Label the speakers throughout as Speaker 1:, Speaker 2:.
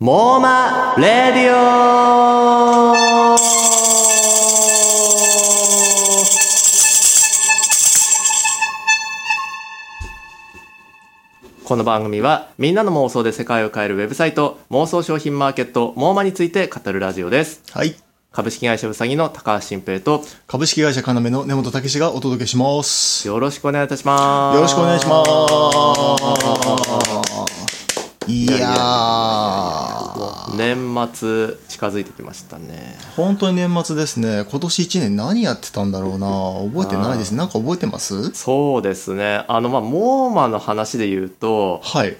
Speaker 1: モーマレディオこの番組はみんなの妄想で世界を変えるウェブサイト妄想商品マーケットモーマについて語るラジオです
Speaker 2: はい。
Speaker 1: 株式会社うさぎの高橋新平と
Speaker 2: 株式会社かなめの根本武史がお届けします。よ
Speaker 1: よろしくお願いいたします
Speaker 2: ろしくお願いしますす。いやー。
Speaker 1: 年末近づいてきましたね
Speaker 2: 本当に年末ですね。今年1年何やってたんだろうな。覚えてないです。なんか覚えてます
Speaker 1: そうですねあのまあモーマの話で言うと
Speaker 2: はい。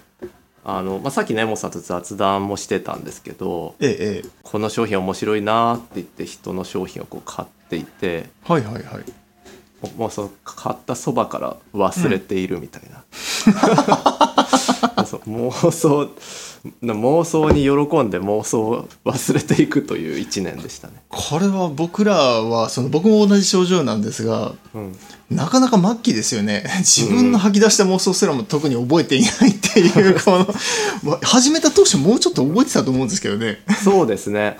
Speaker 1: あの、まあ、さっきねもさんと雑談もしてたんですけど
Speaker 2: ええ、ええ。
Speaker 1: この商品面白いなーって言って人の商品をこう買っていて
Speaker 2: はいはいはい。
Speaker 1: もうもうその買ったそばから忘れているみたい な、そう妄想妄想に喜んで妄想を忘れていくという一年でしたね、
Speaker 2: これは僕らは、その僕も同じ症状なんですが、
Speaker 1: うん、
Speaker 2: なかなか末期ですよね。 自分の吐き出した妄想すらも特に覚えていないっていう、こ の、ま始めた当初もうちょっと覚えてたと思うんですけどね。
Speaker 1: そうですね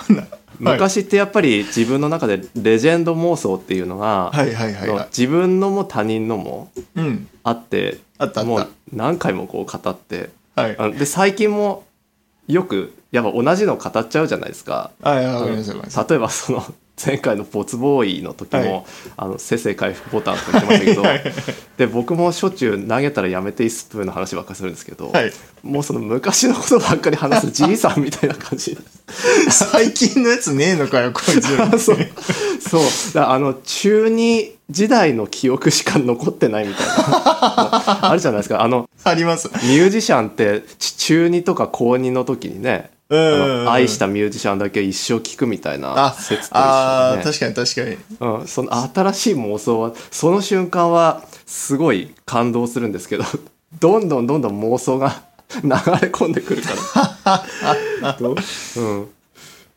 Speaker 1: 昔ってやっぱり自分の中でレジェンド妄想っていうのが、
Speaker 2: はいはいはい
Speaker 1: そ
Speaker 2: は
Speaker 1: の
Speaker 2: い。
Speaker 1: 自分のも他人のも
Speaker 2: うん。
Speaker 1: あって
Speaker 2: あったあった
Speaker 1: もう何回もこう語って
Speaker 2: はい。
Speaker 1: あので最近もよくやっぱ同じの語っちゃうじゃないですか。
Speaker 2: はい、わかりました、わかりました。
Speaker 1: 例えばその前回のボツボーイの時も、
Speaker 2: はい
Speaker 1: あのせせ回復ボタンとか言ってましたけど
Speaker 2: はいはい
Speaker 1: で僕もしょっちゅう投げたらやめていいスプーンの話ばっかりするんですけど、
Speaker 2: はい
Speaker 1: もうその昔のことばっかり話すじいさんみたいな感 じ
Speaker 2: 最近のやつねえのかよ、こいつ。
Speaker 1: そうそうだからあの中二時代の記憶しか残ってないみたいなあるじゃないですかあの
Speaker 2: あります。
Speaker 1: ミュージシャンってち中2とか高2の時にね、
Speaker 2: うんうんうん
Speaker 1: あの愛したミュージシャンだけ一生聴くみたいな
Speaker 2: あ
Speaker 1: 説、と一緒
Speaker 2: あ
Speaker 1: にね
Speaker 2: ー確かに確かに。
Speaker 1: うん、その新しい妄想はその瞬間はすごい感動するんですけど どんどんどんどん妄想が 流れ込んでくるから。 どううん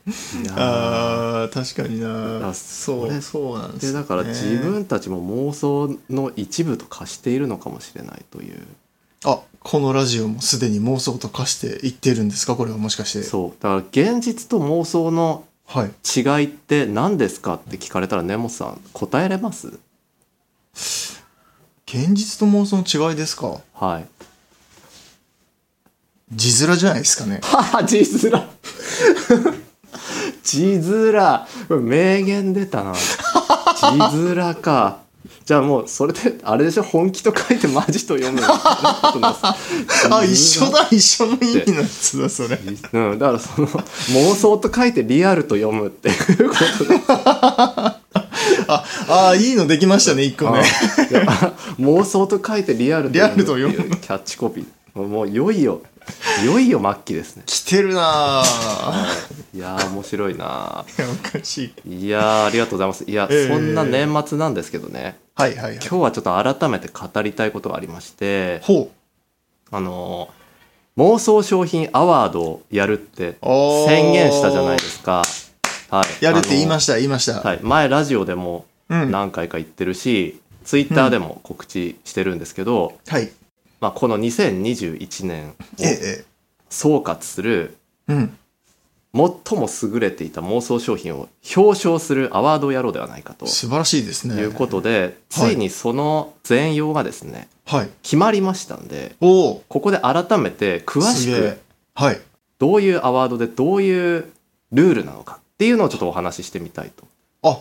Speaker 1: いやー
Speaker 2: あー確かに
Speaker 1: あ
Speaker 2: な。そう、そうなんです
Speaker 1: で
Speaker 2: よね。
Speaker 1: だから自分たちも妄想の一部と化しているのかもしれないという
Speaker 2: あ、このラジオもすでに妄想と化していってるんですかこれはもしかして。
Speaker 1: そうだから現実と妄想の
Speaker 2: はい。
Speaker 1: 違いって何ですかって聞かれたら根本さん答えれます
Speaker 2: 現実と妄想の違いですか
Speaker 1: はい。
Speaker 2: 字面じゃないですかね。
Speaker 1: はは、字面。字面。これ名言出たな。字面か。じゃあもうそれであれでしょ本気と書いてマジと読むよ
Speaker 2: あ、一緒だ、一緒の意味のやつだ、それ。
Speaker 1: うん、だからその妄想と書いてリアルと読むっていうことで
Speaker 2: あ、あーいいのできましたね、一個ね。
Speaker 1: いや妄想と書いてリアルと読むって
Speaker 2: リアルと
Speaker 1: いうキャッチコピーもういよいよいよいよ末期ですね
Speaker 2: 来てるなぁ。
Speaker 1: いやー面白いなー
Speaker 2: いやおかしい。
Speaker 1: いやーありがとうございますいや、
Speaker 2: ええ
Speaker 1: そんな年末なんですけどね
Speaker 2: はいはいはい。
Speaker 1: 今日はちょっと改めて語りたいことがありまして
Speaker 2: ほう。
Speaker 1: あのー妄想商品アワードをやるって
Speaker 2: おー
Speaker 1: 宣言したじゃないですか、はい、
Speaker 2: やるって言いま
Speaker 1: し
Speaker 2: した、言いました。
Speaker 1: はい、前ラジオでも
Speaker 2: うん
Speaker 1: 何回か言ってるし、ツイッターでも告知してるんですけど、
Speaker 2: はい。
Speaker 1: まあ、この2021年
Speaker 2: ええ
Speaker 1: を
Speaker 2: え
Speaker 1: 総括する
Speaker 2: え。うん。
Speaker 1: 最も優れていた妄想商品を表彰するアワードをやろうではないかと
Speaker 2: 素晴らしいですね。
Speaker 1: いうことで、ついにその全容がですね、
Speaker 2: はい。
Speaker 1: 決まりましたんで、
Speaker 2: おお。
Speaker 1: ここで改めて詳
Speaker 2: す
Speaker 1: し
Speaker 2: げ
Speaker 1: く
Speaker 2: え。はい。
Speaker 1: どういうアワードでどういうルールなのかっていうのをちょっとお話ししてみたいと。
Speaker 2: あ、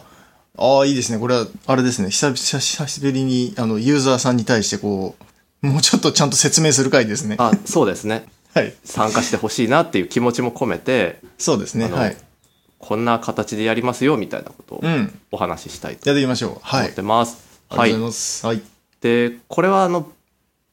Speaker 2: ああ、いいですね。これは、あれですね。久々、久しぶりに、あの、ユーザーさんに対して、こう、もうちょっとちゃんと説明する回ですね。
Speaker 1: あ、そうです ね。
Speaker 2: はい。
Speaker 1: 参加してほしいなっていう気持ちも込めて、
Speaker 2: そうですね。
Speaker 1: あの
Speaker 2: はい。
Speaker 1: こんな形でやりますよみたいなことを
Speaker 2: うん。
Speaker 1: お話ししたいと
Speaker 2: やっていきましょう。
Speaker 1: 思
Speaker 2: はい。あ
Speaker 1: っ
Speaker 2: り
Speaker 1: てます。
Speaker 2: が
Speaker 1: は
Speaker 2: とう
Speaker 1: い
Speaker 2: ござい。ます。はい。
Speaker 1: で、これはあの、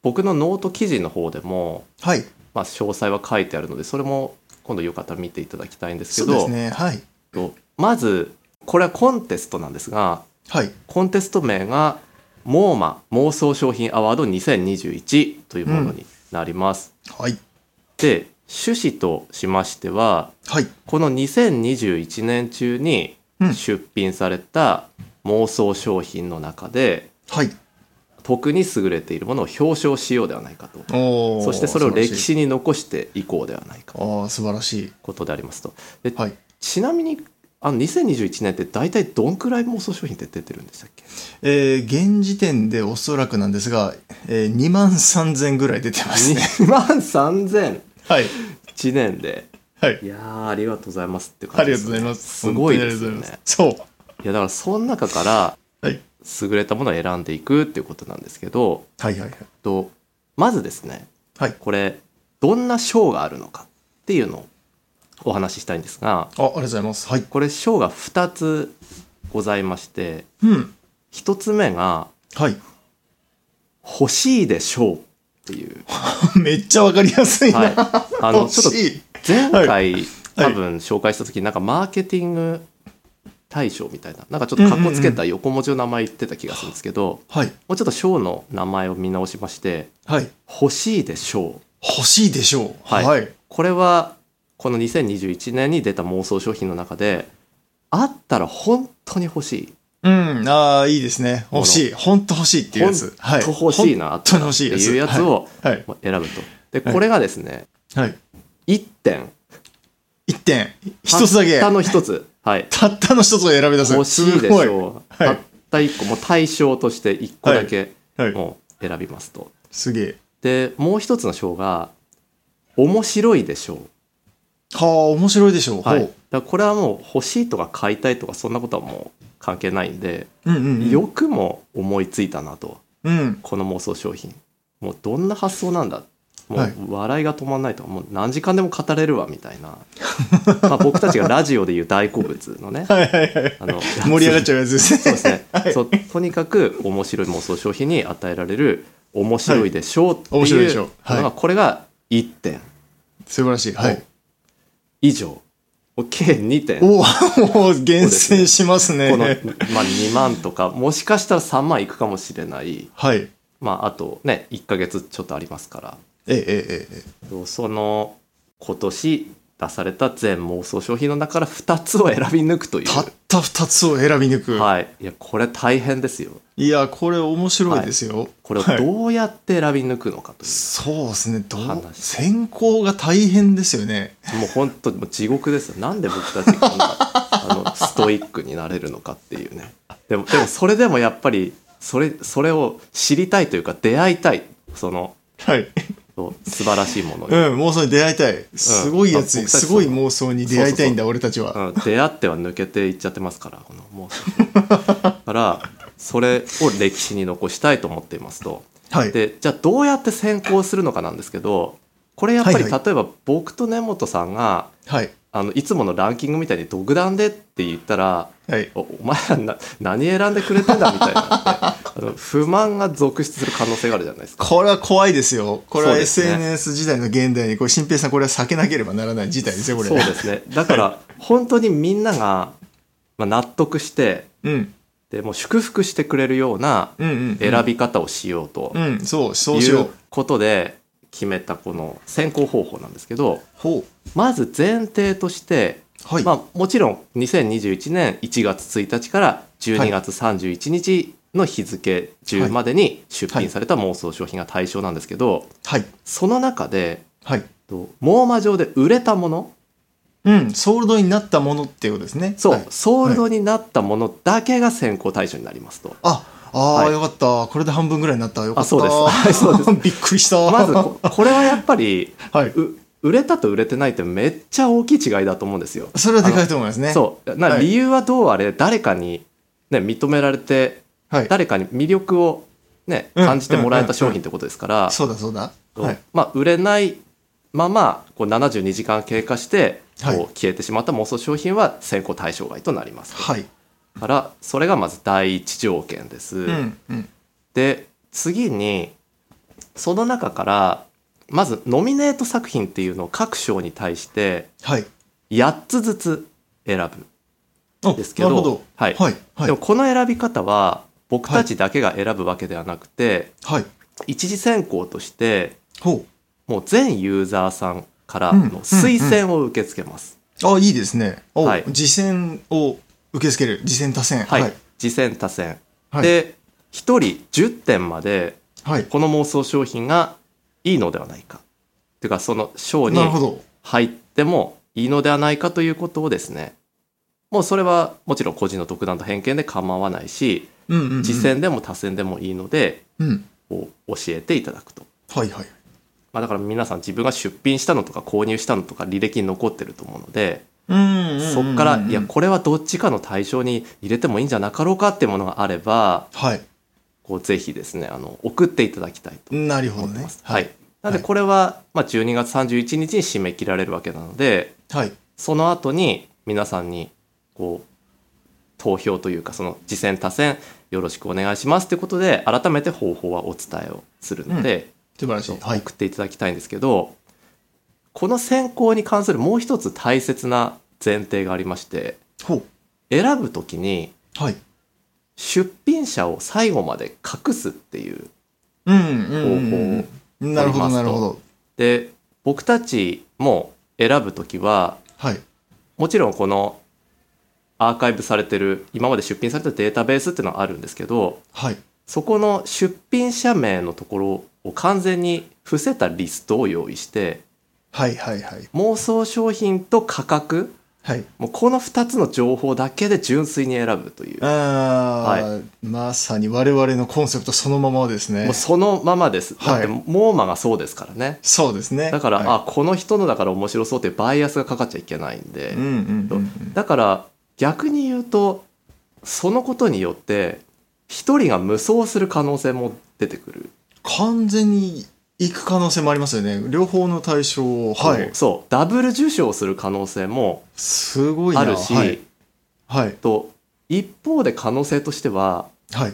Speaker 1: 僕のノート記事の方でも、
Speaker 2: はい。
Speaker 1: まあ、詳細は書いてあるので、それも今度よかったら見ていただきたいんです
Speaker 2: そ
Speaker 1: け
Speaker 2: うで
Speaker 1: ど、
Speaker 2: すね。はい。
Speaker 1: とまず、これはコンテストなんですが、
Speaker 2: はい。
Speaker 1: コンテスト名が「モーマ妄想商品アワード2021」というものになります。
Speaker 2: はい。
Speaker 1: で趣旨としましては
Speaker 2: はい。
Speaker 1: この2021年中に
Speaker 2: うん
Speaker 1: 出品された妄想商品の中で
Speaker 2: はい。
Speaker 1: 特に優れているものを表彰しようではないかと
Speaker 2: おー
Speaker 1: そしてそれを歴
Speaker 2: 素晴
Speaker 1: 史に残していこうではないかと
Speaker 2: らしいああ素晴らしい
Speaker 1: いうことでありますとで、
Speaker 2: はい
Speaker 1: ちなみにあの2021年って大体どんくらい妄想商品って出てるんでしたっけ
Speaker 2: えー現時点でおそらくなんですが、えー、2万3000ぐらい出てますね
Speaker 1: 2万3000
Speaker 2: はい
Speaker 1: 1年で
Speaker 2: はい
Speaker 1: いやーありがとうございますって
Speaker 2: あ
Speaker 1: 感じ
Speaker 2: り
Speaker 1: で
Speaker 2: がとう
Speaker 1: す
Speaker 2: ご
Speaker 1: ね、
Speaker 2: ざいます
Speaker 1: すごいですよ
Speaker 2: 本当にありがとうござい
Speaker 1: ね
Speaker 2: ますそう
Speaker 1: いやだからその中から
Speaker 2: はい
Speaker 1: 優れたものを選んでいくっていうことなんですけど
Speaker 2: はいはいはい
Speaker 1: とまずですね
Speaker 2: はい
Speaker 1: これどんな賞があるのかっていうのをお話ししたいんですが
Speaker 2: あありがとうございますはい
Speaker 1: これ賞が2つございまして
Speaker 2: うん
Speaker 1: 1つ目が
Speaker 2: はい
Speaker 1: 「欲しいで賞」っていう、
Speaker 2: めっちゃわかりやすいな、
Speaker 1: はい、 あの
Speaker 2: 欲
Speaker 1: ちょっと
Speaker 2: しい
Speaker 1: 前回
Speaker 2: はい
Speaker 1: 多分紹介した時になんかマーケティング大賞みたいななんかちょっとかっこつけた横文字の名前言ってた気がするんですけど
Speaker 2: はい
Speaker 1: もうちょっと賞の名前を見直しまして
Speaker 2: はい
Speaker 1: 「欲しいで賞
Speaker 2: 欲しいでしょう」
Speaker 1: はい、
Speaker 2: はい
Speaker 1: これはこの2021年に出た妄想商品の中であったら本当に欲しい
Speaker 2: うん、ああ、いいですね。欲しい。本当欲しいっていうやつ。はい。
Speaker 1: 本当欲しいな
Speaker 2: 本当に欲しい
Speaker 1: っていうやつを
Speaker 2: はい。
Speaker 1: まあ選ぶと。で
Speaker 2: はい
Speaker 1: これがですね、
Speaker 2: はい。
Speaker 1: 1点
Speaker 2: 一点。一つだけ。
Speaker 1: たったの1つ、はい、
Speaker 2: たったの一つを選び出す。
Speaker 1: 欲しいです
Speaker 2: ご
Speaker 1: 賞、
Speaker 2: はい
Speaker 1: たった1個もう対象として1個だけ
Speaker 2: はい。
Speaker 1: もう選びますと。
Speaker 2: すげえ。
Speaker 1: でもう1つの賞が「面白いでしょ
Speaker 2: はあ、面白いでしょう。
Speaker 1: う」はい、
Speaker 2: ほ
Speaker 1: だからこれはもう欲しいとか買いたいとかそんなことはもう関係ないんで、
Speaker 2: う。うんうんうん。
Speaker 1: よくも思いついたなと。
Speaker 2: うん。
Speaker 1: この妄想商品もうどんな発想なんだも
Speaker 2: はいう
Speaker 1: 笑いが止まんないとかもう何時間でも語れるわみたいな まあ僕たちがラジオで言う大好物のね
Speaker 2: はいはいはい。
Speaker 1: あの
Speaker 2: 盛り上がっ
Speaker 1: ゃ
Speaker 2: ちゃうやつですね。
Speaker 1: そうですね、
Speaker 2: はい
Speaker 1: そうとにかく面白い妄想商品に与えられる面白いでしょうって
Speaker 2: 面白いで
Speaker 1: い
Speaker 2: し
Speaker 1: う
Speaker 2: ょ
Speaker 1: の
Speaker 2: うはい
Speaker 1: がこれが1点
Speaker 2: 素晴らしい。はい。
Speaker 1: 以上もう計2点こ
Speaker 2: おお、お厳選しますね。
Speaker 1: の、まあ、2万とかもしかしたら3万いくかもしれない
Speaker 2: はい。え
Speaker 1: まああとね1ヶ月ちょっとありますから
Speaker 2: え、ええ、ええ。
Speaker 1: その今年出された全妄想商品の中から2つを選び抜くとい
Speaker 2: たった二つを選び抜
Speaker 1: う、
Speaker 2: く。
Speaker 1: はい、いやこれ大変ですよ
Speaker 2: いや、これ面白いですよ。
Speaker 1: これを
Speaker 2: はい
Speaker 1: どうやって選び抜くのかとい
Speaker 2: そうですねどう
Speaker 1: 話
Speaker 2: 選考が大変ですよね
Speaker 1: う、もう本当にもう地獄ですよなんで僕たちこんなあのストイックになれるのかっていうねでもでもそれでもやっぱりそれそれを知りたいというか出会いたいその
Speaker 2: はい
Speaker 1: 素晴らしいもの
Speaker 2: う
Speaker 1: に、
Speaker 2: ん妄想に出会いたいすごいやつ、
Speaker 1: まあ僕たち
Speaker 2: すごい妄想に出会いたいんだ俺たちは、
Speaker 1: うん、出会っては抜けていっちゃってますからこのもうだからそれを歴史に残したいと思っていますと
Speaker 2: はい
Speaker 1: でじゃあどうやって選考するのかなんですけどこれやっぱり
Speaker 2: はい
Speaker 1: 例
Speaker 2: は
Speaker 1: えば僕と根本さんが
Speaker 2: はい
Speaker 1: あのいつものランキングみたいに独断でって言ったら
Speaker 2: はい
Speaker 1: おお前らな何選んでくれてんだみたいなってあの不満が続出する可能性があるじゃないですか。
Speaker 2: これは怖いですよこれは
Speaker 1: そうですね
Speaker 2: SNS 時代の現代にこれ新平さんこれは避けなければならない事態ですよこれ
Speaker 1: そうですねだから本当にみんなが、まあ、納得して
Speaker 2: うん
Speaker 1: でもう祝福してくれるような
Speaker 2: うんうん
Speaker 1: 選び方をしようと
Speaker 2: うんそうそうし
Speaker 1: いう
Speaker 2: よう
Speaker 1: ことで決めたこの選考方法なんですけど
Speaker 2: ほ
Speaker 1: まず前提として、
Speaker 2: うはい、
Speaker 1: まあ、もちろん2021年1月1日から12月31日の日付中までに出品された妄想商品が対象なんですけど
Speaker 2: はい
Speaker 1: その中で
Speaker 2: はい
Speaker 1: と網膜上で売れたもの
Speaker 2: うんソールドになったものっていうことですね
Speaker 1: そう、
Speaker 2: はい
Speaker 1: ソールドになったものだけが選考対象になりますと。
Speaker 2: ああー、
Speaker 1: はい
Speaker 2: よかったこれで半分ぐらいになったよかった
Speaker 1: あそうですはいそうです
Speaker 2: びっくりした
Speaker 1: まず ここれはやっぱり
Speaker 2: はいう
Speaker 1: 売れたと売れてないってめっちゃ大きい違いだと思うんですよ。
Speaker 2: それはでかいと思いますね。
Speaker 1: そうな
Speaker 2: はい
Speaker 1: 理由はどうあれ誰かに、ね、認められて
Speaker 2: はい。
Speaker 1: 誰かに魅力を、ね、
Speaker 2: うん
Speaker 1: 感じてもらえた商品ってことですから、
Speaker 2: そうだそうだ。
Speaker 1: こう
Speaker 2: はい。
Speaker 1: まあ、売れないままこう72時間経過してこ
Speaker 2: はいう
Speaker 1: 消えてしまった妄想商品は選考対象外となります
Speaker 2: はい。
Speaker 1: だからそれがまず第一条件です。
Speaker 2: うん。うん。
Speaker 1: で次にその中からまずノミネート作品っていうのを各賞に対して
Speaker 2: はい。
Speaker 1: 8つずつ選ぶ
Speaker 2: あ
Speaker 1: ですけど
Speaker 2: なるほど。
Speaker 1: はい
Speaker 2: はい。は
Speaker 1: でも
Speaker 2: い。
Speaker 1: この選び方は僕たちだけが選ぶわけではなくて、
Speaker 2: はい。
Speaker 1: 一次選考として
Speaker 2: ほ
Speaker 1: もう全ユーザーさんからの推薦を受け付けます、
Speaker 2: う。あ、いいですね。お
Speaker 1: はい
Speaker 2: 次戦を受け付ける。次戦多戦。
Speaker 1: はい。次戦多選、
Speaker 2: はい
Speaker 1: で一人10点まで
Speaker 2: はい。
Speaker 1: この妄想商品がいいのではないかていうかその賞に
Speaker 2: なるほど。
Speaker 1: 入ってもいいのではないかということをですねもうそれはもちろん個人の独断と偏見で構わないし
Speaker 2: うんうん、うん。
Speaker 1: 実。践でも他践でもいいので
Speaker 2: うん。
Speaker 1: こう教えていただくと、
Speaker 2: はいはい。
Speaker 1: まあ、だから皆さん自分が出品したのとか購入したのとか履歴に残ってると思うので
Speaker 2: うんうんうんうん
Speaker 1: そこからいやこれはどっちかの対象に入れてもいいんじゃなかろうかっていうものがあれば
Speaker 2: はい。
Speaker 1: こうぜひですねあの送っていただきたいと
Speaker 2: なるほど
Speaker 1: 思い
Speaker 2: ね
Speaker 1: ます。。はい。なのでこれは、まあ、12月31日に締め切られるわけなので
Speaker 2: はい。
Speaker 1: その後に皆さんにこう投票というかその次戦他戦よろしくお願いしますということで改めて方法はお伝えをするので、
Speaker 2: 素晴らしい。はい
Speaker 1: 送。っていただきたいんですけどこの選考に関するもう一つ大切な前提がありまして
Speaker 2: ほう。
Speaker 1: 選ぶ時に
Speaker 2: はい。
Speaker 1: 出品者を最後まで隠すっていう
Speaker 2: うんうんうん
Speaker 1: 方
Speaker 2: うん。なるほど
Speaker 1: 取りますと
Speaker 2: なるほど。
Speaker 1: で僕たちも選ぶ時は
Speaker 2: はい。
Speaker 1: もちろんこのアーカイブされてる今まで出品されたデータベースっていうのはあるんですけど
Speaker 2: はい。
Speaker 1: そこの出品者名のところを完全に伏せたリストを用意して
Speaker 2: はいはいはい。
Speaker 1: 妄想商品と価格
Speaker 2: はい。
Speaker 1: もうこの2つの情報だけで純粋に選ぶという
Speaker 2: あー、まさに我々のコンセプトそのままですね
Speaker 1: もう。そのままですだっ
Speaker 2: はい
Speaker 1: てモーマがそうですからね
Speaker 2: そうですね。
Speaker 1: だから、
Speaker 2: はい
Speaker 1: あこの人のだから面白そうっていうバイアスがかかっちゃいけないんで、
Speaker 2: うんうんうんうん。
Speaker 1: だから逆に言うとそのことによって一人が無双する可能性も出てくる、
Speaker 2: 完全に行く可能性もありますよね。両方の対象を。はい。
Speaker 1: そうダブル受賞する可能性も
Speaker 2: すごいな。
Speaker 1: あるし、
Speaker 2: はい。はい。
Speaker 1: と一方で可能性としては
Speaker 2: はい。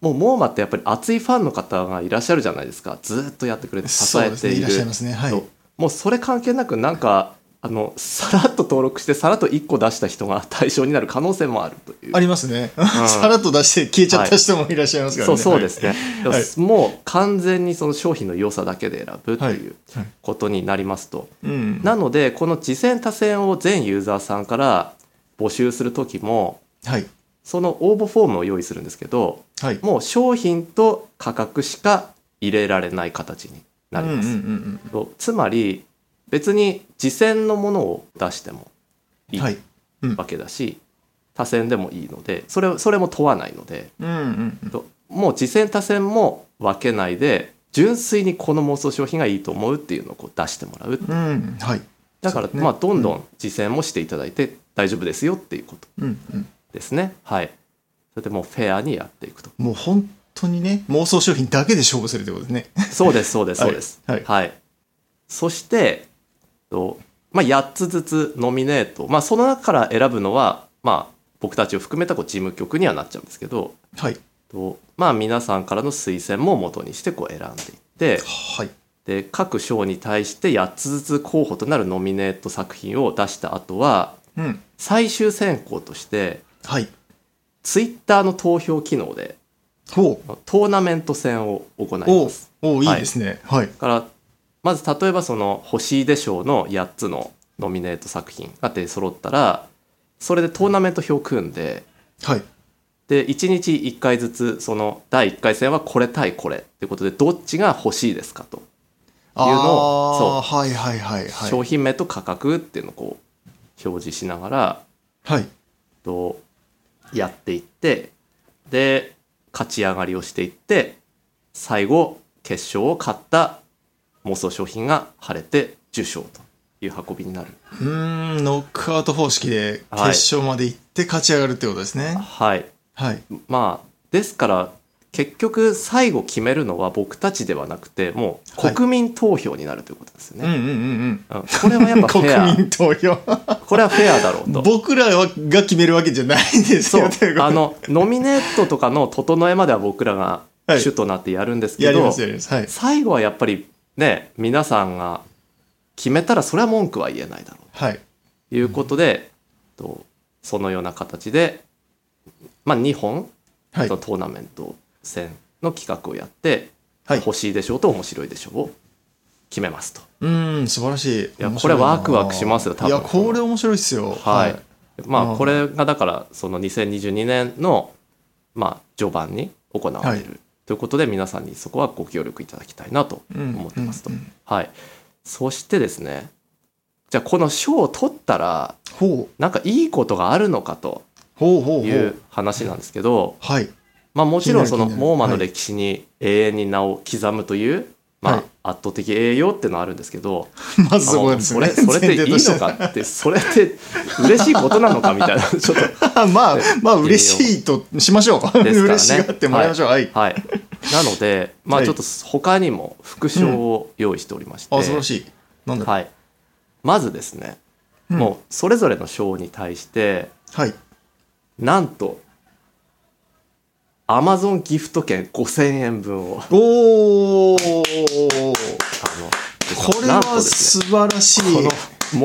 Speaker 1: もうモーマってやっぱり熱いファンの方がいらっしゃるじゃないですかずーっとやってくれて支
Speaker 2: そう
Speaker 1: え
Speaker 2: です
Speaker 1: て
Speaker 2: ね。
Speaker 1: い
Speaker 2: いら
Speaker 1: る
Speaker 2: っしゃいますね。はい。
Speaker 1: そうもうそれ関係なくなんかあのさらっと登録してさらっと1個出した人が 対象になる可能性もあるという
Speaker 2: ありますね。
Speaker 1: ん
Speaker 2: さらっと出して消えちゃった人もいらっしゃいますからね。
Speaker 1: そうそうですね、でも
Speaker 2: はい
Speaker 1: もう完全にその商品の良さだけで選ぶと
Speaker 2: はい。
Speaker 1: いうことになりますと、
Speaker 2: はい。うん。
Speaker 1: なのでこの次戦他戦を全ユーザーさんから募集する時も
Speaker 2: はい。
Speaker 1: その応募フォームを用意するんですけど
Speaker 2: はい。
Speaker 1: もう商品と価格しか入れられない形になります、
Speaker 2: うんうんうん
Speaker 1: とつまり別に次戦のものを出してもい
Speaker 2: う
Speaker 1: い
Speaker 2: ん。はい。
Speaker 1: わけだし、他戦でもいいのでそれそれも問わないので
Speaker 2: うんうんうん。
Speaker 1: ともう次戦他戦も分けないで純粋にこの妄想商品がいいと思うっていうのをこう出してもらう
Speaker 2: うん。はい。
Speaker 1: だから、
Speaker 2: そうね
Speaker 1: まあどんどん次戦もしていただいて大丈夫ですよっていうこと
Speaker 2: うんうん。
Speaker 1: ですねはいそれでもうフェアにやっていくと
Speaker 2: もう本当にね、妄想商品だけで勝負するってことですね。
Speaker 1: そうですそうですそうです
Speaker 2: はい
Speaker 1: そしてと、まあ、8つずつノミネートまあその中から選ぶのはまあ僕たちを含めたこう事務局にはなっちゃうんですけど
Speaker 2: はい。
Speaker 1: とまあ皆さんからの推薦も元にしてこう選んでいって
Speaker 2: はい。
Speaker 1: で各賞に対して8つずつ候補となるノミネート作品を出した後は
Speaker 2: うん。
Speaker 1: 最終選考として
Speaker 2: はい。
Speaker 1: ツイッターの投票機能で
Speaker 2: ほ。
Speaker 1: トーナメント戦を行いう
Speaker 2: お
Speaker 1: ま
Speaker 2: う
Speaker 1: す。
Speaker 2: おう、い
Speaker 1: はい
Speaker 2: いですね。はい。
Speaker 1: だからまず例えばその星出賞の8つのノミネート作品が出揃ったらそれでトーナメント表を組んで
Speaker 2: はい。
Speaker 1: で1日1回ずつその第1回戦はこれ対これってことでどっちが欲しいですかと
Speaker 2: あ
Speaker 1: いうのを
Speaker 2: あー、はいはいはいはい。
Speaker 1: 商品名と価格っていうのをこう表示しながら
Speaker 2: はい。
Speaker 1: とやっていってで勝ち上がりをしていって最後決勝を勝った妄想商品が晴れて受賞という運びになる
Speaker 2: うーん、ノックアウト方式で決
Speaker 1: はい
Speaker 2: 勝まで行って勝ち上がるってことですね。
Speaker 1: はい
Speaker 2: はい。
Speaker 1: まあですから結局最後決めるのは僕たちではなくても
Speaker 2: は
Speaker 1: う
Speaker 2: い
Speaker 1: 国民投票になるということですよ
Speaker 2: うんう
Speaker 1: ね、
Speaker 2: んうん
Speaker 1: うんこれはやっ
Speaker 2: うん。
Speaker 1: ぱフ
Speaker 2: 国
Speaker 1: ェ
Speaker 2: 民投票。
Speaker 1: アこれはフェアだろうと
Speaker 2: 僕らはが決めるわけじゃないんです
Speaker 1: そ
Speaker 2: よ。
Speaker 1: う
Speaker 2: といこと
Speaker 1: あのノミネートとかの整えまでは僕らが
Speaker 2: はい
Speaker 1: 主となってやるんです
Speaker 2: や
Speaker 1: け
Speaker 2: り
Speaker 1: ど、
Speaker 2: ますやります。はい。
Speaker 1: 最後はやっぱりね皆さんが決めたらそれは文句は言えないだろう
Speaker 2: はい。
Speaker 1: ということで、とそのような形で、まあ、2本
Speaker 2: は
Speaker 1: の
Speaker 2: い
Speaker 1: ト。ーナメント戦の企画をやって、
Speaker 2: はい。
Speaker 1: 欲しいでしょうと面白いでしょうを決めますと。
Speaker 2: うーん、素晴らしい。い
Speaker 1: やこれワクワクしますよ多分
Speaker 2: いや、これ面白いっすよ。
Speaker 1: はいま
Speaker 2: う
Speaker 1: あ
Speaker 2: ん
Speaker 1: これがだからその2022年の、まあ、序盤に行われる、
Speaker 2: は
Speaker 1: ということで皆さんにそこはご協力いただきたいなと
Speaker 2: うん
Speaker 1: 思ってますと、
Speaker 2: うんうん
Speaker 1: はいそしてですねじゃあこの賞を取ったら
Speaker 2: ほう
Speaker 1: なんかいいことがあるのかと
Speaker 2: ほうほうほ
Speaker 1: いうう話なんですけど、
Speaker 2: はい
Speaker 1: まあ、もちろんその
Speaker 2: 気になる気になる
Speaker 1: モーマの歴史に永遠に名を刻むという、
Speaker 2: はい
Speaker 1: まあ、圧倒的栄養ってのはあるんですけど、
Speaker 2: ま ずそこなんです
Speaker 1: そ
Speaker 2: よ
Speaker 1: れ
Speaker 2: ね
Speaker 1: それでいい
Speaker 2: 前提として
Speaker 1: のかってそれって嬉しいことなのかみたいなちょっ
Speaker 2: まあまあ嬉しいとしましょう、
Speaker 1: とですからね
Speaker 2: 嬉しがってもらいましょうはい、
Speaker 1: はい、なのでま
Speaker 2: は
Speaker 1: あ
Speaker 2: い
Speaker 1: ちょっと他にも副賞を用意しておりまして、
Speaker 2: あ素晴らしいなんだろ
Speaker 1: はい、まずですね、
Speaker 2: う、うん
Speaker 1: もうそれぞれの賞に対して
Speaker 2: はい
Speaker 1: なんとアマゾンギフト券5000円分を
Speaker 2: おおこ
Speaker 1: あの
Speaker 2: れ
Speaker 1: なんと
Speaker 2: は
Speaker 1: です
Speaker 2: 素晴らしい、
Speaker 1: ねこの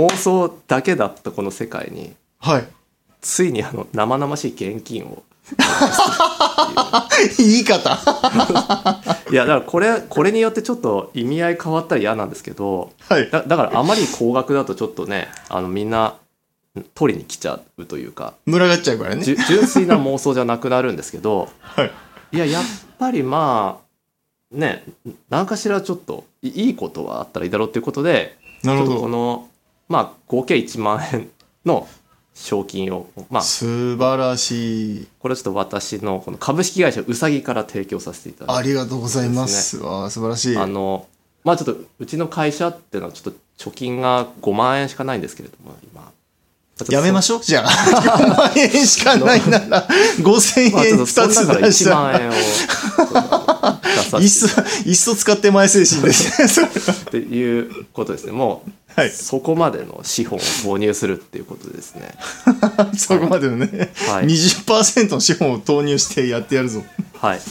Speaker 1: 妄想だけだったこの世界に
Speaker 2: はい
Speaker 1: ついにあの生々しい現金を
Speaker 2: 言い方 はい
Speaker 1: やだからこれこれによってちょっと意味合い変わったら嫌なんですけど
Speaker 2: い
Speaker 1: だだからあまり高額だとちょっとねあのみんな取りに来ちゃうというか
Speaker 2: 群がっちゃうからね
Speaker 1: じゅ純粋な妄想じゃなくなるんですけど
Speaker 2: はい
Speaker 1: いややっぱりまあね何かしらちょっといいいことはあったらいいだろうということで
Speaker 2: なるほ
Speaker 1: ちょっとこ
Speaker 2: ど
Speaker 1: のまあ合計1万円の賞金をまあ
Speaker 2: 素晴らしい
Speaker 1: これはちょっと私のこの株式会社うさぎから提供させていただいて
Speaker 2: ありがとうございますわあ素晴らしい
Speaker 1: あのまあちょっとうちの会社っていうのはちょっと貯金が5万円しかないんですけれども今
Speaker 2: やめましょう じゃあ5万円しかないなら5000
Speaker 1: まあち
Speaker 2: 円
Speaker 1: ょっと
Speaker 2: 2
Speaker 1: その中
Speaker 2: つ
Speaker 1: から
Speaker 2: 出し
Speaker 1: 1
Speaker 2: た
Speaker 1: 万円をちょっとあの出さ
Speaker 2: いっ
Speaker 1: せ
Speaker 2: そいっそ使って前精神です ねそれ
Speaker 1: てっていうことですねもう、
Speaker 2: はい
Speaker 1: そこまでの資本を投入するっていうことですね
Speaker 2: はそこまでのね、
Speaker 1: はい
Speaker 2: 20%の資本を投入してやってやるぞ
Speaker 1: はい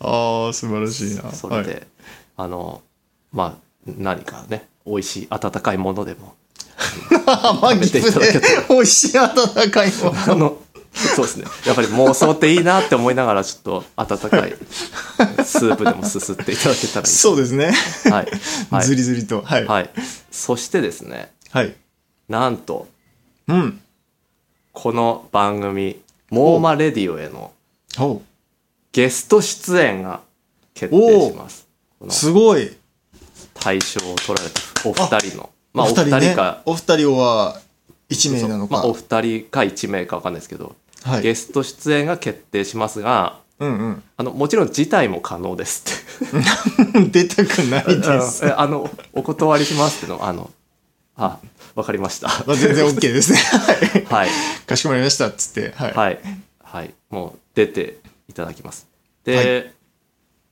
Speaker 2: ああ素晴らしいな
Speaker 1: それで、
Speaker 2: はい、
Speaker 1: あのまあ何かね美味しい温かいものでも
Speaker 2: あまあギ
Speaker 1: 食
Speaker 2: フ
Speaker 1: べていただ
Speaker 2: で
Speaker 1: け
Speaker 2: 美味しい温かいもの
Speaker 1: あの、そうですね。やっぱり妄想っていいなって思いながら、ちょっと温かいスープでもすすっていただけたらいい。
Speaker 2: そうですね、
Speaker 1: はい。は
Speaker 2: ず
Speaker 1: い。
Speaker 2: りずりとはいはい、
Speaker 1: はい。そしてですね、なんと、
Speaker 2: うん
Speaker 1: この番組、モーマレディオへの
Speaker 2: お
Speaker 1: ゲスト出演が決定します。この
Speaker 2: すごい
Speaker 1: 大賞を取られたお二人の、ま
Speaker 2: お
Speaker 1: あお
Speaker 2: 二
Speaker 1: 二
Speaker 2: 人ね
Speaker 1: 人か、
Speaker 2: お二人は1名なの
Speaker 1: まあ
Speaker 2: か
Speaker 1: お二人か一名かわかんないですけど、
Speaker 2: はい
Speaker 1: ゲスト出演が決定しますが、
Speaker 2: うん
Speaker 1: あの、もちろん辞退も可能ですって。
Speaker 2: うん、 出たくないで す
Speaker 1: あのえあのお断りしますってのあのあわかりました
Speaker 2: まあ、全然 OK ですね。はい
Speaker 1: はい
Speaker 2: かしこまりましたっつって。はい。
Speaker 1: はいはいもう出ていただきますで、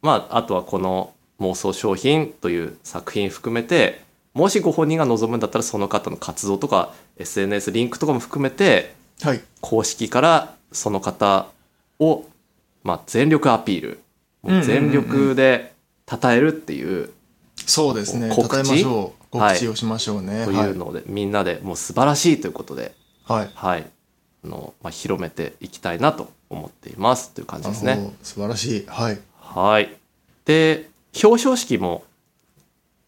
Speaker 1: まああとはこの妄想商品という作品含めてもしご本人が望むんだったらその方の活動とか SNS リンクとかも含めて
Speaker 2: はい。
Speaker 1: 公式からその方を、まあ、全力アピールもう全力で称えるっていう,、
Speaker 2: そうですね。
Speaker 1: 告知
Speaker 2: たたえましょう。
Speaker 1: はい
Speaker 2: 告知をしましょうね。
Speaker 1: と
Speaker 2: はい
Speaker 1: いう。ので、みんなでもう素晴らしいということで
Speaker 2: はい。
Speaker 1: はい、あの、まあ、広めていきたいなと思っていますという感じです
Speaker 2: なるほ
Speaker 1: ね。
Speaker 2: ど素晴らしい。はい。
Speaker 1: はい。で、表彰式も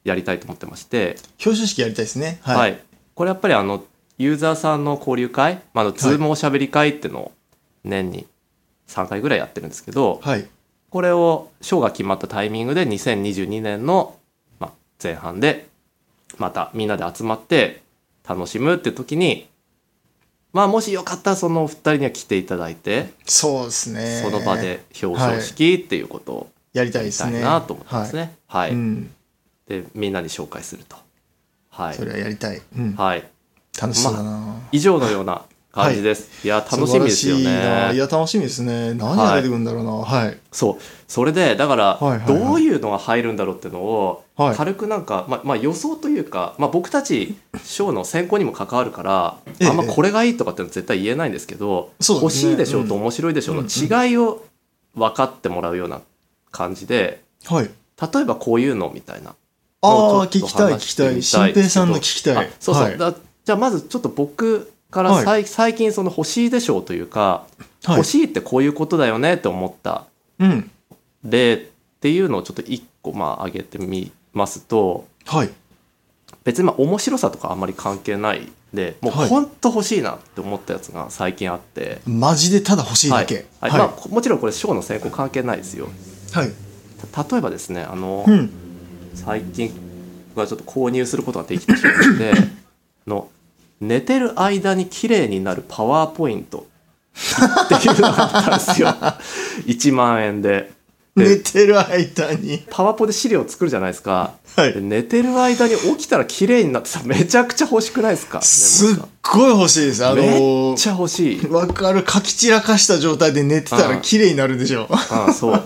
Speaker 1: やりたいと思ってまして、
Speaker 2: 表彰式やりたいですね。
Speaker 1: はい。
Speaker 2: はい。
Speaker 1: これやっぱりあの、ユーザーさんの交流会、まあ、あの、ズームおしゃべり会っていうのを年に3回ぐらいやってるんですけど、
Speaker 2: はい。
Speaker 1: これを賞が決まったタイミングで2022年の、まあ、前半でまたみんなで集まって楽しむって時にまあもしよかったらそのお二人には来ていただいて、
Speaker 2: そうですね。
Speaker 1: その場で。表彰式っていうことを
Speaker 2: やりたい
Speaker 1: や
Speaker 2: で
Speaker 1: り
Speaker 2: す
Speaker 1: た
Speaker 2: ね。
Speaker 1: いなと思ってます
Speaker 2: は。
Speaker 1: ね。はいい、
Speaker 2: うん。
Speaker 1: でみんなに紹介すると。はい
Speaker 2: それはやりたい。うん。
Speaker 1: はい、
Speaker 2: 楽しそうだな。
Speaker 1: 以上のような感じです。い、や楽しみですよ
Speaker 2: 素晴らしいない
Speaker 1: ね。
Speaker 2: や、楽しみですね。何が出てくるんだろうな。はい。
Speaker 1: そうそれでだから、
Speaker 2: はいはいはい
Speaker 1: どういうのが入るんだろうっていうのを、
Speaker 2: はい
Speaker 1: 軽くなんか、ままあ、予想というか、まあ、僕たち賞の選考にも関わるから、
Speaker 2: ええ
Speaker 1: あんまこれがいいとかっていうのは絶対言えないんですけど、
Speaker 2: そうで
Speaker 1: 欲
Speaker 2: すね
Speaker 1: しいでしょうと
Speaker 2: うん
Speaker 1: 面白いでしょう
Speaker 2: うん
Speaker 1: の違いを分かってもらうような感じで
Speaker 2: はい。
Speaker 1: 例えばこういうのみたいな
Speaker 2: ああ、
Speaker 1: ち
Speaker 2: 聞
Speaker 1: ょっ
Speaker 2: き
Speaker 1: と
Speaker 2: たい、聞
Speaker 1: 話
Speaker 2: き
Speaker 1: して
Speaker 2: た
Speaker 1: み
Speaker 2: い。新
Speaker 1: ですけど
Speaker 2: 平さんの聞きたい
Speaker 1: あ。そうそう、
Speaker 2: はい。
Speaker 1: だじゃあまずちょっと僕から
Speaker 2: はい
Speaker 1: さい最近その欲しいでしょうというか、
Speaker 2: はい
Speaker 1: 欲しいってこういうことだよねって思った
Speaker 2: うん。
Speaker 1: 例っていうのをちょっと一個まあ挙げてみますと
Speaker 2: はい。
Speaker 1: 別にまあ面白さとかあんまり関係ないでもう
Speaker 2: はい
Speaker 1: ほんと欲しいなって思ったやつが最近あって、
Speaker 2: マジでただ欲しい
Speaker 1: はい
Speaker 2: だけ。
Speaker 1: はいまあこ、もちろんこれ賞の選考関係ないですよ
Speaker 2: はい。
Speaker 1: た例えばですねあの、
Speaker 2: うん。
Speaker 1: 最近僕はちょっと購入することができてしまって の寝てる間に綺麗になるパワーポイントっていうのがあったんです よ1万円で
Speaker 2: 寝てる間に。
Speaker 1: パワポで資料を作るじゃないですか、
Speaker 2: はい
Speaker 1: で寝てる間に起きたら綺麗になってさめちゃくちゃ欲しくないですか
Speaker 2: すっごい欲しいです。あのー
Speaker 1: めっちゃ欲しい
Speaker 2: わかる。かき散らかした状態で寝てた
Speaker 1: う
Speaker 2: ら
Speaker 1: ん
Speaker 2: 綺麗になるでしょ。
Speaker 1: ああそう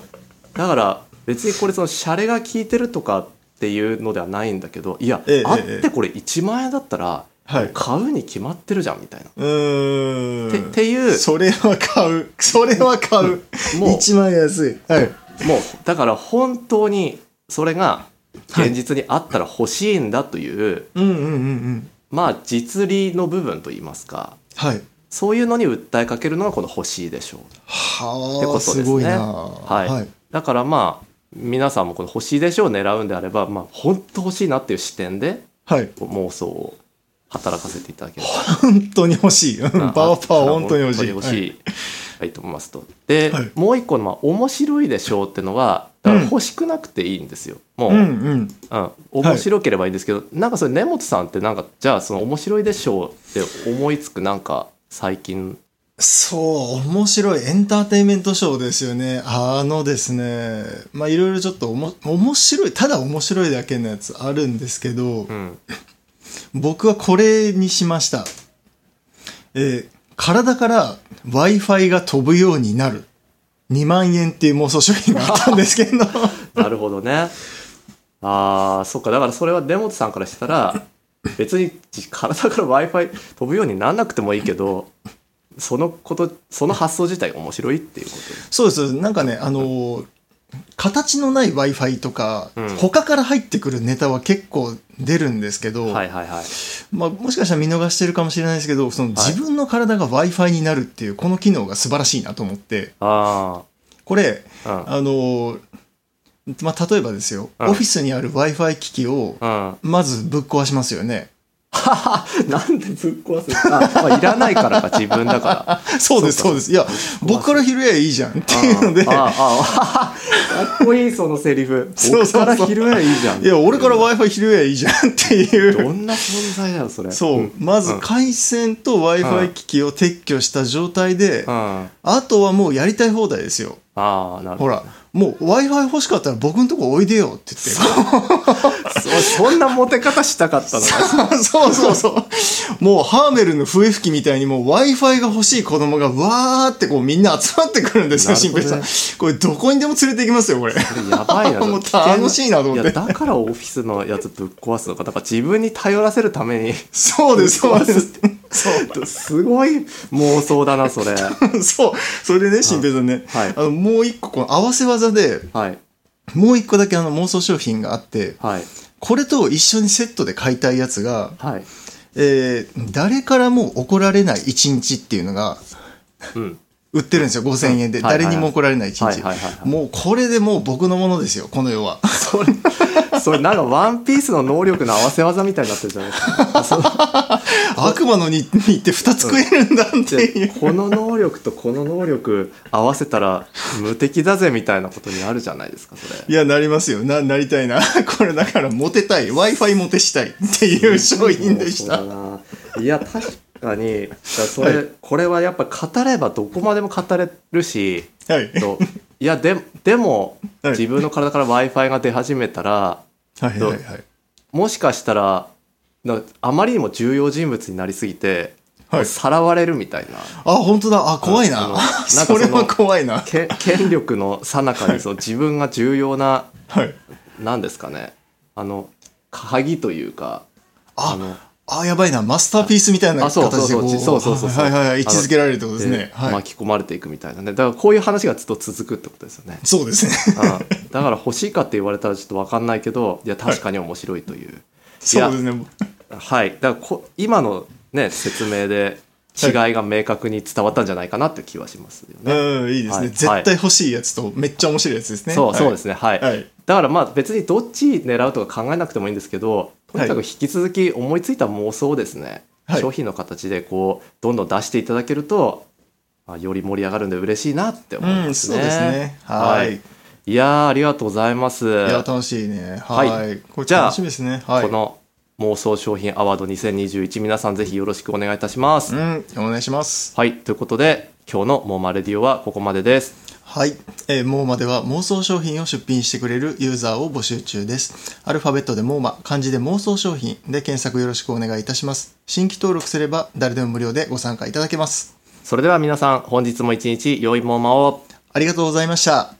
Speaker 1: だから別にこれそのシャレが効いてるとかっていうのではないんだけどいや、
Speaker 2: ええ
Speaker 1: あっ
Speaker 2: え
Speaker 1: てこれ1万円だったら、
Speaker 2: はい
Speaker 1: もう買うに決まってるじゃんみたいな。
Speaker 2: うーん。
Speaker 1: てっていう
Speaker 2: それは買う。それは買 う。
Speaker 1: もう
Speaker 2: 一番安い。はい。
Speaker 1: もうだから本当にそれが現実にあったら欲しいんだという、
Speaker 2: うんうんうんうん。
Speaker 1: まあ実利の部分といいますか
Speaker 2: はい。
Speaker 1: そういうのに訴えかけるのがこの「欲しいでしょう」ってこ
Speaker 2: は
Speaker 1: と
Speaker 2: あ、す
Speaker 1: です
Speaker 2: ごい
Speaker 1: ね。
Speaker 2: な。
Speaker 1: はいだからまあ皆さんもこの「欲しいでしょう」を狙うんであれば、まあ、本当欲しいなっていう視点で
Speaker 2: はい。
Speaker 1: こう妄想を働かせていただけれ
Speaker 2: 本当に欲しい。うん
Speaker 1: ば
Speaker 2: パワーパワー本当に欲しい。
Speaker 1: 本
Speaker 2: はい
Speaker 1: はいと思いますとで、
Speaker 2: はい
Speaker 1: もう一個の、まあ「面白いでしょう」ってのはだから欲しくなくていいんですよ、もう、
Speaker 2: うんうん。
Speaker 1: うん、面白ければいいんですけど、なんかそれ根本さんってなんかじゃあその「面白いでしょう」って思いつくなんか最近
Speaker 2: そう、面白いエンターテインメントショーですよね。あのですね、まあいろいろちょっとおも面白い、ただ面白いだけのやつあるんですけど、
Speaker 1: うん
Speaker 2: 僕はこれにしました。えー体から Wi-Fi が飛ぶようになる。2万円っていう妄想商品があったんですけど。
Speaker 1: なるほどねあーそっかだからそれは根本さんからしたら 別に体から w i f i 飛ぶようになんなくてもいいけどそのことその発想自体が面白いっていうこ
Speaker 2: そうです。なんかね、あのー形のない Wi-Fi とか、
Speaker 1: うん
Speaker 2: 他から入ってくるネタは結構出るんですけど、
Speaker 1: とはいはいはい
Speaker 2: まあ、もしかしたら見逃してるかもしれないですけど、その
Speaker 1: はい
Speaker 2: 自分の体が Wi-Fi になるっていう、この機能が素晴らしいなと思って、
Speaker 1: あ
Speaker 2: これ、
Speaker 1: あ
Speaker 2: あのーまあ、例えばですよ、
Speaker 1: うん
Speaker 2: オフィスにある Wi-Fi 機器を、
Speaker 1: うんうん
Speaker 2: まずぶっ壊しますよね。
Speaker 1: なんでぶっ壊すあ、まあ、いらないからか自分だから
Speaker 2: そうです、そうです。いや、僕から拾えばいいじゃんっていう ので、
Speaker 1: ああああかっこいいそのセリフ
Speaker 2: そうそうそう
Speaker 1: 僕から拾えばいいじゃん
Speaker 2: いや、俺から Wi-Fi 拾えばいいじゃんっていう。
Speaker 1: どんな存在だよそれ
Speaker 2: そうう、まず回線と Wi-Fi 機器を撤去した状態で、
Speaker 1: んあ
Speaker 2: あとはもうやりたい放題ですよ。
Speaker 1: あなるほ
Speaker 2: ほ
Speaker 1: ど
Speaker 2: ら、もう Wi-Fi 欲しかったら僕のとこおいでよって言っ
Speaker 1: そそんなモテ方したかったの か
Speaker 2: て。そうそうそう。もうハーメルの笛吹きみたいにもう Wi-Fi が欲しい子供がわーってこうみんな集まってくるんですよ、
Speaker 1: なる
Speaker 2: 新
Speaker 1: ほど
Speaker 2: 平
Speaker 1: ね
Speaker 2: さん。これどこにでも連れて行きま すよ、これ。
Speaker 1: やばいな
Speaker 2: もう楽しいなと思って
Speaker 1: やだからオフィスのやつぶっ壊すのかだから自分に頼らせるために
Speaker 2: そうです、そうです。
Speaker 1: すごい妄想だなそれ
Speaker 2: そう。それでね、新平さんね。
Speaker 1: はい
Speaker 2: あの、もう一個、この合わせ技で、
Speaker 1: はい
Speaker 2: もう一個だけあの妄想商品があって、
Speaker 1: はい
Speaker 2: これと一緒にセットで買いたいやつが、
Speaker 1: はい
Speaker 2: えー誰からも怒られない一日っていうのが
Speaker 1: うん
Speaker 2: 売ってるんですよ5000円で、
Speaker 1: うんはいはい
Speaker 2: 誰にも怒られない一日、
Speaker 1: はいはいはいはい
Speaker 2: もうこれでもう僕のものですよこの世は
Speaker 1: それそれなんかワンピースの能力の合わせ技みたいになってるじゃないですか
Speaker 2: 悪魔の日に行って2つ食えるんだっていう
Speaker 1: でこの能力とこの能力合わせたら無敵だぜみたいなことになるじゃないですかそれ
Speaker 2: いやなりますよななりたいな これだからモテたい w i f i モテしたいっていう商品でし
Speaker 1: そ
Speaker 2: た
Speaker 1: うだないや確かにだからそれ、これはやっぱ語ればどこまでも語れるし
Speaker 2: はい
Speaker 1: といやででも、
Speaker 2: はい
Speaker 1: 自分の体から w i f i が出始めたら
Speaker 2: はいはいはい
Speaker 1: もしかしたらなあまりにも重要人物になりすぎて、
Speaker 2: はい
Speaker 1: さらわれるみたいな
Speaker 2: あ本当だあ怖い
Speaker 1: うん
Speaker 2: な
Speaker 1: その
Speaker 2: それ
Speaker 1: なん
Speaker 2: は
Speaker 1: かそ
Speaker 2: 怖いな
Speaker 1: け権力の最中にその自分が重要な
Speaker 2: はい
Speaker 1: 何ですかねあの鍵というか
Speaker 2: あ
Speaker 1: あの
Speaker 2: あやばいなマスターピースみたいな
Speaker 1: あそう
Speaker 2: 形
Speaker 1: そう
Speaker 2: で
Speaker 1: そう
Speaker 2: こ
Speaker 1: そうそうそうそう
Speaker 2: はいはいはい位置づけられるってことです
Speaker 1: で
Speaker 2: ねはい
Speaker 1: 巻き込まれていくみたいなねだからこういう話がずっと続くってことですよね
Speaker 2: そうですね
Speaker 1: あだから欲しいかって言われたらちょっと分かんないけどいや確かに面白いというい
Speaker 2: そ
Speaker 1: や
Speaker 2: うですね。
Speaker 1: はいだからこ今のね説明で違いが明確に伝わったんじゃないかなって気はしますよね、
Speaker 2: うん、いいですね、
Speaker 1: はい
Speaker 2: 絶対欲しいやつと、めっちゃ面白いやつですね。
Speaker 1: そう、
Speaker 2: はい
Speaker 1: そうですねはい、
Speaker 2: はい
Speaker 1: だからまあ別にどっち狙うとか考えなくてもいいんですけどとにかく
Speaker 2: は
Speaker 1: 引き続き思いついた妄想をですね、
Speaker 2: はい
Speaker 1: 商品の形でこうどんどん出していただけるとあより盛り上がるんで嬉しいなって思いま
Speaker 2: うん、
Speaker 1: す
Speaker 2: そ
Speaker 1: ね。
Speaker 2: うですね。はい。い
Speaker 1: いやーありがとうございます。
Speaker 2: や、楽しいね。はい。
Speaker 1: はい
Speaker 2: これ
Speaker 1: じゃあ
Speaker 2: 楽しみですね。はい。
Speaker 1: この妄想商品アワード2021皆さんぜひよろしくお願いいたします。
Speaker 2: うん、お願いします。
Speaker 1: はいということで今日のモーマレディオはここまでです。
Speaker 2: はい。えー、モーマでは妄想商品を出品してくれるユーザーを募集中です。アルファベットでモーマ、漢字で妄想商品で検索よろしくお願いいたします。新規登録すれば誰でも無料でご参加いただけます。
Speaker 1: それでは皆さん本日も一日良いモーマを
Speaker 2: ありがとうございました。